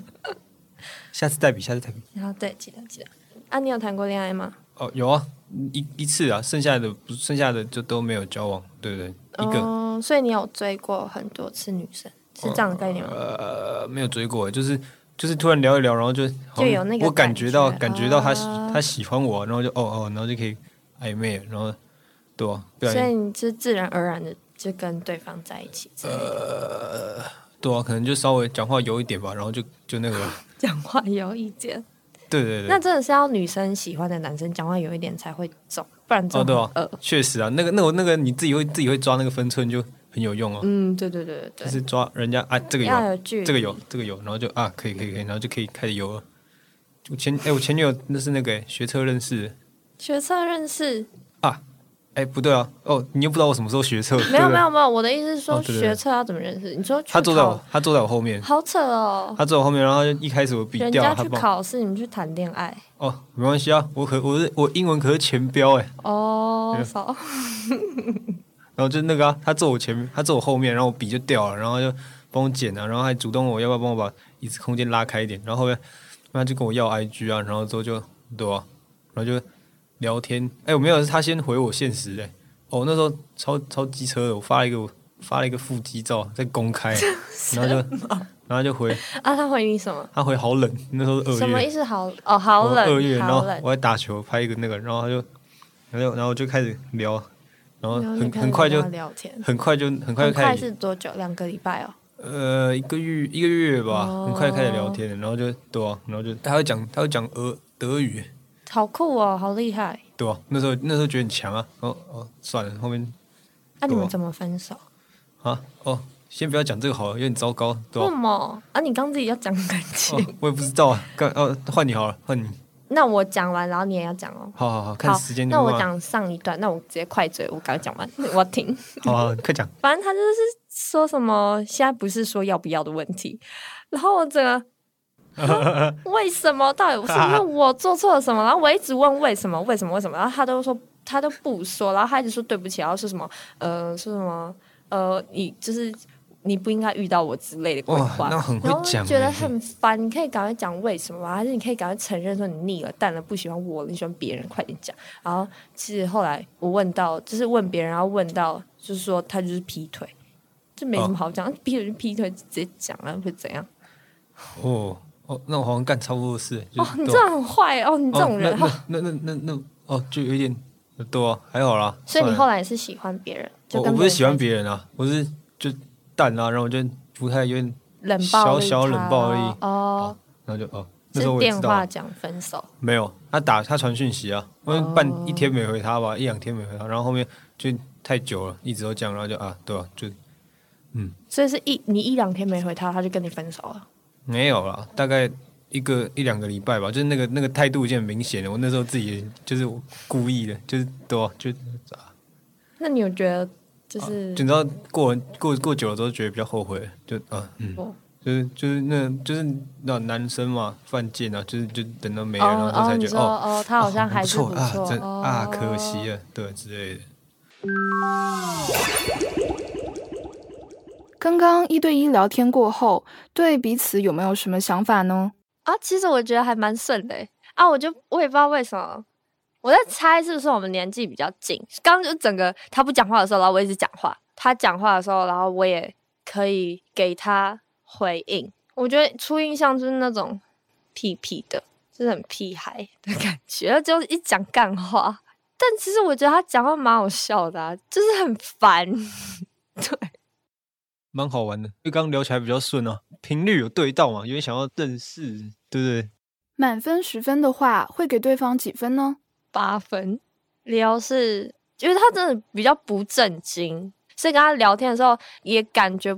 下次代笔，下次代笔。然后对，记得记得。啊，你有谈过恋爱吗？哦，有啊，一一次啊，剩下的不剩下的就都没有交往，对不对？一个、嗯，所以你有追过很多次女生，是这样的概念吗？呃没有追过，就是就是突然聊一聊，然后就好像就有那个我感觉到感感觉觉到他喜啊他喜欢我，然后就哦哦，然后就可以暧昧了，然后对吧、啊？不所然以你是自然而然的就跟对方在一起之类呃的，对啊，可能就稍微讲话有一点吧，然后就就那个了，讲话有意见。对对对。那真的是要女生喜欢的男生讲话有一点才会中，不然哦，中、对啊，确实啊，那个、那个、那个，你自己会自己会抓那个分寸就很有用哦。嗯，对对对对就是对，抓人家啊，这个要有有，距离这个有，这个有，然后就啊，可以可以可以，然后就可以开始游了。我前哎、我前女友那是那个、哎学车认识的，学测认识哎、不对啊，哦，你又不知道我什么时候学车，没对有不对没有，没有，我的意思是说哦对对对学测要怎么认识？你说去他坐在考我他坐在我后面，好扯哦，他坐我后面，然后就一开始我比人掉家了他去帮我考试，你们去谈恋爱哦，没关系啊，我可我是我英文可是前标哎、哦对，少然后就那个、啊、他坐我前面，他坐我后面，然后我笔就掉了，然后就帮我捡啊，然后还主动问我要不要帮我把椅子空间拉开一点，然后后面他就跟我要 IG 啊，然后之后就对啊，然后就聊天，哎，我没有，是他先回我现实的、哦，那时候超超机车的，我发了一个我发了一个腹肌照在公开，然后就然后就回啊，他回你什么？他回好冷，那时候是二月，什么意思好？哦，好我二冷，月，然后好冷。我在打球拍一个那个，然后他就，然后然后就开始聊，然后然后就很开始很快就跟他聊天很快就很快很就开快始是多久？两个礼拜哦。呃一个月一个月吧，很快就开始聊天了，然后就对啊，然后就他会讲他会讲俄德语，好酷哦，好厉害！对吧、那时候那时候觉得很强啊，哦哦算了，后面那、你们对啊怎么分手？啊哦先不要讲这个好了，有点糟糕，对为什吧？么啊？你刚自己要讲感情，哦 我也不知道啊，干哦，换你好了，换你， 那我讲完，然后你也要讲哦。好好好，看时间的那话。我讲上一段，那我直接快嘴，我赶快讲完，我要停。好啊，快讲。 反正他就是说什么，现在不是说要不要的问题，然后我整个 为什么？到底是因为我做错了什么？然后我一直问为什么，为什么，为什么？然后他都说他都不说，然后他一直说对不起，然后说什么呃说什么呃你就是你不应该遇到我之类的鬼话，哇那很会然后讲觉得欸很烦。你可以赶快讲为什么吗？还是你可以赶快承认说你腻了、淡了、不喜欢我了，你喜欢别人，快点讲。然后其实后来我问到，就是问别人，然后问到就是说他就是劈腿，这没什么哦好讲，劈腿就劈腿，直接讲了会怎样？哦哦，那我好像干差不多 的事。就哦，是你对这样很坏哦，你这种人。哦 那那那那那那哦，就有一点多、啊，还好啦。所以你算了后来也是喜欢别人，就我跟我不是喜欢人别人啊，我是就淡啊，然后我就不太有点冷暴小力他小冷暴力，哦，然后就哦，那是时候我也电知道话啊讲分手，没有，他打他传讯息啊，我半一天没回他吧，一两天没回他，然后后面就太久了，一直都这样，然后就啊，对啊，就所以是一你一两天没回他，他就跟你分手了。没有啦，大概一个一两个礼拜吧，就是那个那个态度已经很明显了。我那时候自己就是故意的，就是对、啊，就那你有觉得就是就你知道过了过过久了之后觉得比较后悔，就啊嗯，哦就是就是那就是那男生嘛犯贱啊，就是就等到没了，然后哦才你觉得说哦哦他好像还不是不错啊，错真啊哦可惜了，对之类的。刚刚一对一聊天过后，对彼此有没有什么想法呢？啊，其实我觉得还蛮顺的欸啊，我就我也不知道为什么，我在猜是不是我们年纪比较近。刚就整个他不讲话的时候，然后我一直讲话；他讲话的时候，然后我也可以给他回应。我觉得初印象就是那种屁屁的，就是很屁孩的感觉，就是一讲干话。但其实我觉得他讲话蛮好笑的、啊，就是很烦。蛮好玩的，因为刚刚聊起来比较顺啊，频率有对到嘛，有点想要认识，对不对？满分十分的话，会给对方几分呢？八分。聊是，因为他真的比较不正经，所以跟他聊天的时候也感觉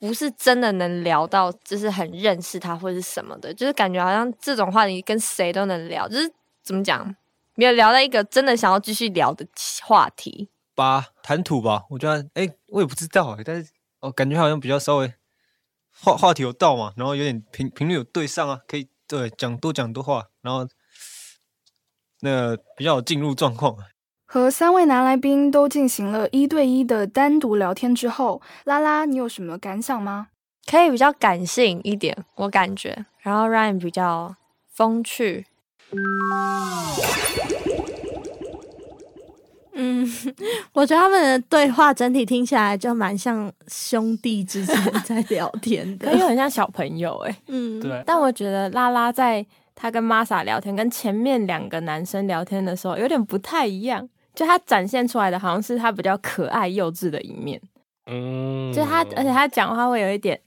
不是真的能聊到，就是很认识他或是什么的，就是感觉好像这种话题跟谁都能聊，就是怎么讲，没有聊到一个真的想要继续聊的话题。八谈吐吧，我觉得，哎、我也不知道、但是哦，感觉好像比较稍微话话题有到嘛，然后有点频频率有对上啊，可以对讲多讲多话，然后那比较有进入状况。和三位男来宾都进行了一对一的单独聊天之后，拉拉，你有什么感想吗？可以比较感性一点，我感觉，然后 Ryan 比较风趣，嗯， 我觉得他们的对话整体听起来就蛮像兄弟之 间在聊天的可。以很像小朋友哎、 嗯，对但我觉得拉拉在她跟 Masa 聊天，跟前面两个男生聊天的时候有点不太一样，就她展现出来的好像是她比较可爱幼稚的一面，嗯，就她，而且她讲话会有一点，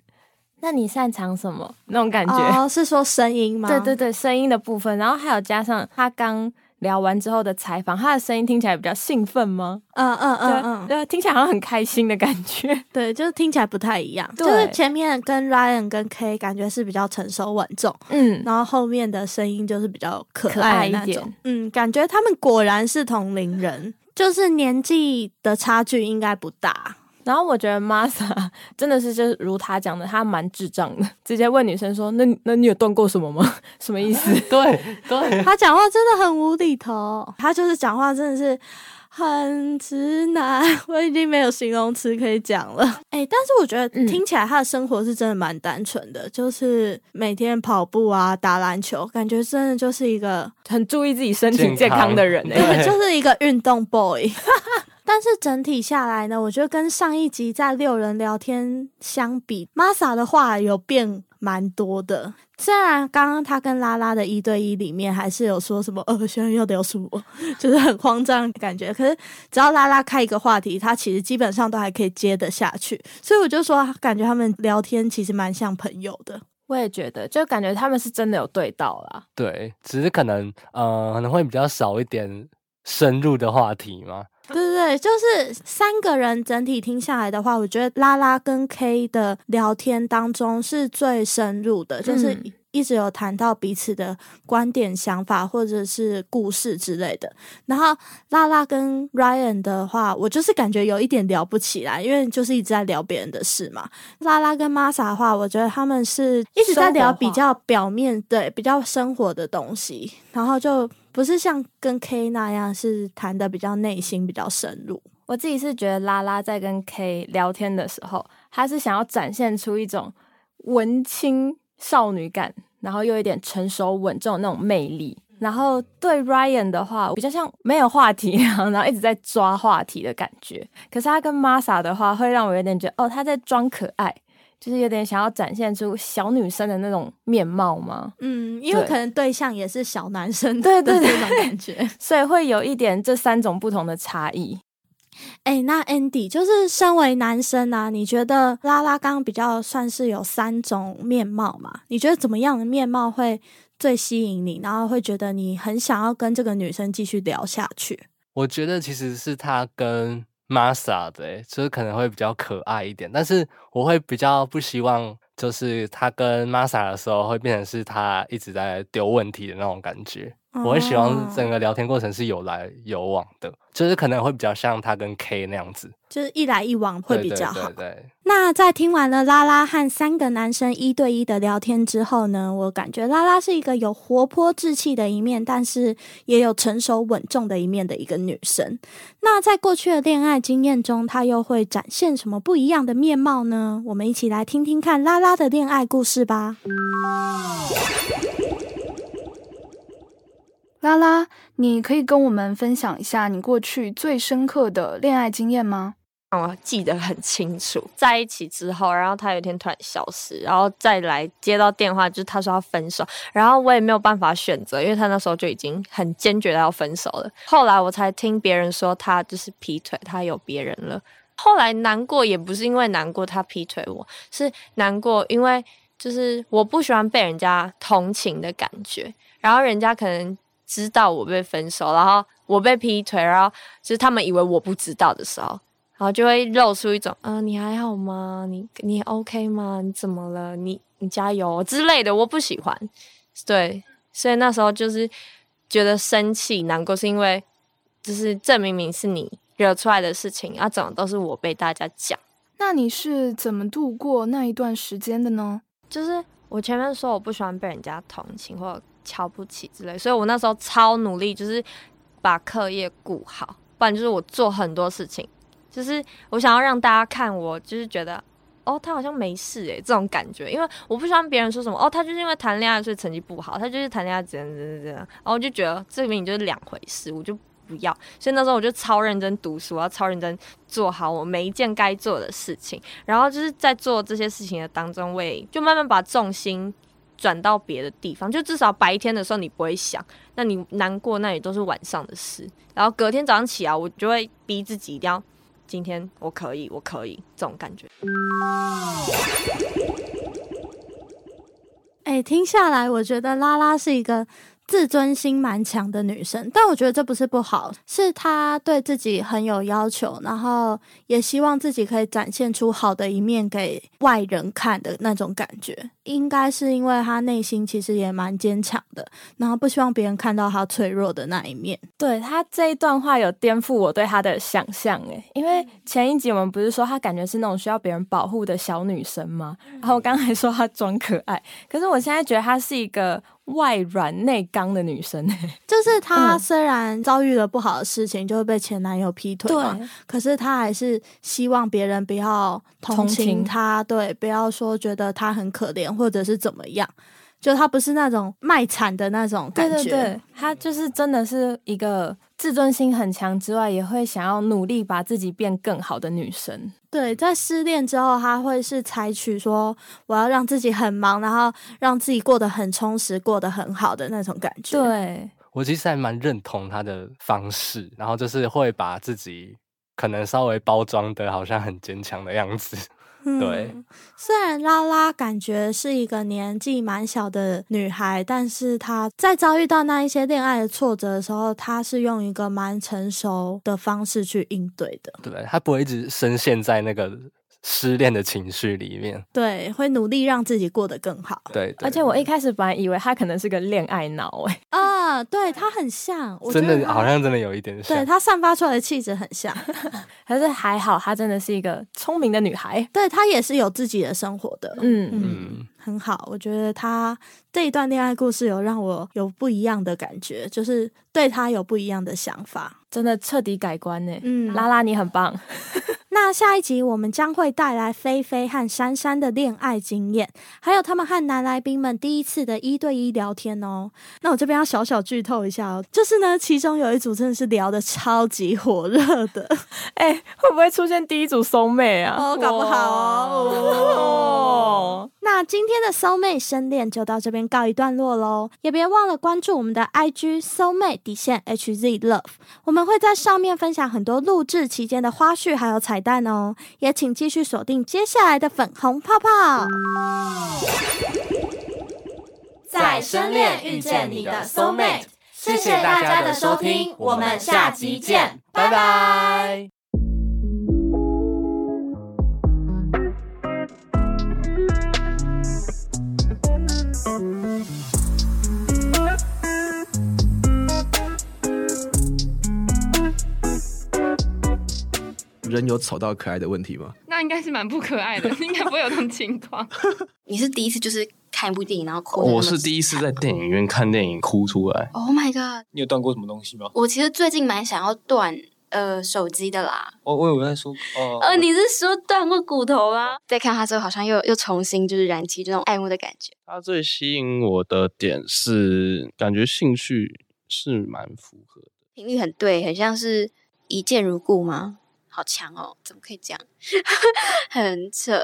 那你擅长什么那种感觉？哦，是说声音吗？对对对，声音的部分，然后还有加上她刚聊完之后的采访，她的声音听起来比较兴奋吗？嗯，嗯嗯嗯对，对，啊听起来好像很开心的感觉。对，就是听起来不太一样。就对是前面跟 Ryan 跟 K 感觉是比较成熟稳重，嗯，然后后面的声音就是比较可可爱爱的那一种点。嗯，感觉他们果然是同龄人，就是年纪的差距应该不大。然后我觉得 Masa 真的是就是如他讲的，他蛮智障的，直接问女生说：“那那你有断过什么吗？ 什么意思对 对，他讲话真的很无厘头，他就是讲话真的是很直男，我已经没有形容词可以讲了。 哎、但是我觉得听起来他的生活是真的蛮单纯的，就是每天跑步啊、打篮球，感觉真的就是一个？”很注意自己身体健健康康的人哎、 对，对就是一个运动 boy。但 是整体下来呢，我觉得跟上一集在六人聊天相比，Masa 的话有变蛮多的。虽然刚刚他跟拉拉的一对一里面还是有说什么呃，现在要聊什么， 就是很慌张的感觉。可是只要拉拉开一个话题，他其实基本上都还可以接得下去。所以我就说，感觉他们聊天其实蛮像朋友的。我也觉得，就感觉他们是真的有对到啦。对，只是可能呃可能会比较少一点深入的话题嘛。对对对，就是三个人整体听下来的话，我觉得拉拉跟 K 的聊天当中是最深入的，就是嗯一直有谈到彼此的观点、想法或者是故事之类的。然后拉拉跟 Ryan 的话，我就是感觉有一点聊不起来，因为就是一直在聊别人的事嘛。拉拉跟 Masa 的话，我觉得他们是一直在聊比较表面，对比较生活的东西，然后就不是像跟 K 那样是谈的比较内心、比较深入。我自己是觉得拉拉在跟 K 聊天的时候，她是想要展现出一种文青少女感，然后又有一点成熟稳重的那种魅力。然后对 Ryan 的话，比较像没有话题，啊 然后一直在抓话题的感觉。可是他跟 Masa 的话，会让我有点觉得，哦，他在装可爱，就是有点想要展现出小女生的那种面貌吗？嗯，因为对可能对象也是小男生对对对的那种感觉。所以会有一点这三种不同的差异。哎、那 Andy 就是身为男生啊，你觉得拉拉刚比较算是有三种面貌嘛？你觉得怎么样的面貌会最吸引你，然后会觉得你很想要跟这个女生继续聊下去？我觉得其实是他跟 Masa 的、欸，就是可能会比较可爱一点，但是我会比较不希望，就是他跟 Masa 的时候会变成是他一直在丢问题的那种感觉。我会希望哦整个聊天过程是有来有往的，就是可能会比较像他跟 K 那样子，就是一来一往会对比对较好。对对那在听完了拉拉和三个男生一对一的聊天之后呢，我感觉拉拉是一个有活泼稚气的一面，但是也有成熟稳重的一面的一个女生。那在过去的恋爱经验中，她又会展现什么不一样的面貌呢？我们一起来听听看拉拉的恋爱故事吧。拉拉，你可以跟我们分享一下你过去最深刻的恋爱经验吗？让我记得很清楚。在一起之后，然后他有一天突然消失，然后再来接到电话，就是他说要分手，然后我也没有办法选择，因为他那时候就已经很坚决的要分手了。后来我才听别人说他就是劈腿，他有别人了。后来难过也不是因为难过他劈腿我，是难过因为就是我不喜欢被人家同情的感觉，然后人家可能知道我被分手，然后我被劈腿，然后就是他们以为我不知道的时候，然后就会露出一种，嗯、你还好吗？你你 OK 吗？你怎么了？你你加油哦之类的，我不喜欢。对，所以那时候就是觉得生气、难过，是因为就是这明明是你惹出来的事情，啊，怎么都是我被大家讲。那你是怎么度过那一段时间的呢？就是我前面说我不喜欢被人家同情或瞧不起之类，所以我那时候超努力，就是把课业顾好，不然就是我做很多事情，就是我想要让大家看我，就是觉得。哦，他好像没事诶，这种感觉，因为我不喜欢别人说什么哦，他就是因为谈恋爱所以成绩不好，他就是谈恋爱怎样怎样怎样，然后我就觉得这明明就是两回事，我就不要。所以那时候我就超认真读书，我要超认真做好我每一件该做的事情。然后就是在做这些事情的当中，我也就慢慢把重心转到别的地方。就至少白天的时候你不会想，那你难过那也都是晚上的事。然后隔天早上起来，我就会逼自己一定要今天我可以，我可以这种感觉。哎，听下来，我觉得拉拉是一个自尊心蛮强的女生，但我觉得这不是不好，是她对自己很有要求，然后也希望自己可以展现出好的一面给外人看的那种感觉。应该是因为她内心其实也蛮坚强的，然后不希望别人看到她脆弱的那一面。对他这一段话有颠覆我对他的想象诶，因为前一集我们不是说他感觉是那种需要别人保护的小女生吗？然后我刚才说她装可爱，可是我现在觉得她是一个外软内刚的女生欸诶。 就是她虽然遭遇了不好的事情，就是被前男友劈腿嘛对，可是她还是希望别人不要同同情情她，对，不要说觉得她很可怜或者是怎么样，就她不是那种卖惨的那种感对觉。对对，她就是真的是一个自尊心很强之外，也会想要努力把自己变更好的女生。对，在失恋之后，她会是采取说我要让自己很忙，然后让自己过得很充实，过得很好的那种感觉。对，我其实还蛮认同他的方式，然后就是会把自己可能稍微包装的好像很坚强的样子。嗯对，虽然拉拉感觉是一个年纪蛮小的女孩，但是她在遭遇到那一些恋爱的挫折的时候，她是用一个蛮成熟的方式去应对的。 对，他不会一直深陷在那个失恋的情绪里面。对，会努力让自己过得更好。对，对而且我一开始本来以为他可能是个恋爱脑，哎，啊、对，她很像，我觉真得的她好像真的有一点像对。她散发出来的气质很像，可是还好她真的是一个聪明的女孩，对她也是有自己的生活的。嗯嗯，很好，我觉得她这一段恋爱故事有让我有不一样的感觉，就是对她有不一样的想法。真的彻底改观呢。嗯，拉拉你很棒，那下一集我们将会带来菲菲和珊珊的恋爱经验，还有他们和男来宾们第一次的一对一聊天哦。那我这边要小小剧透一下哦，就是呢，其中有一组真的是聊得超级火热的，哎、会不会出现第一组收妹啊？哦，搞不好哦。那今天的搜妹深恋就到这边告一段落喽，也别忘了关注我们的 IG 搜妹底线 HZ Love，我们会在上面分享很多录制期间的花絮还有彩蛋哦，也请继续锁定接下来的粉红泡泡。在深恋遇见你的 soul mate。谢谢大家的收听，我们下集见，拜拜。人有丑到可爱的问题吗？那应该是蛮不可爱的， 应该不会有这种情况。你是第一次就是看一部电影然后哦哭的那种？我是第一次在电影院看电影哭出来。 Oh my god！你有断过什么东西吗？我其实最近蛮想要断呃手机的啦。我我有在说哦，呃，你是说断过骨头吗？再看他之后，好像又又重新就是燃起这种爱慕的感觉。他最吸引我的点是，感觉兴趣是蛮符合的。频率很对，很像是一见如故吗？好 强哦！怎么可以这样？很扯。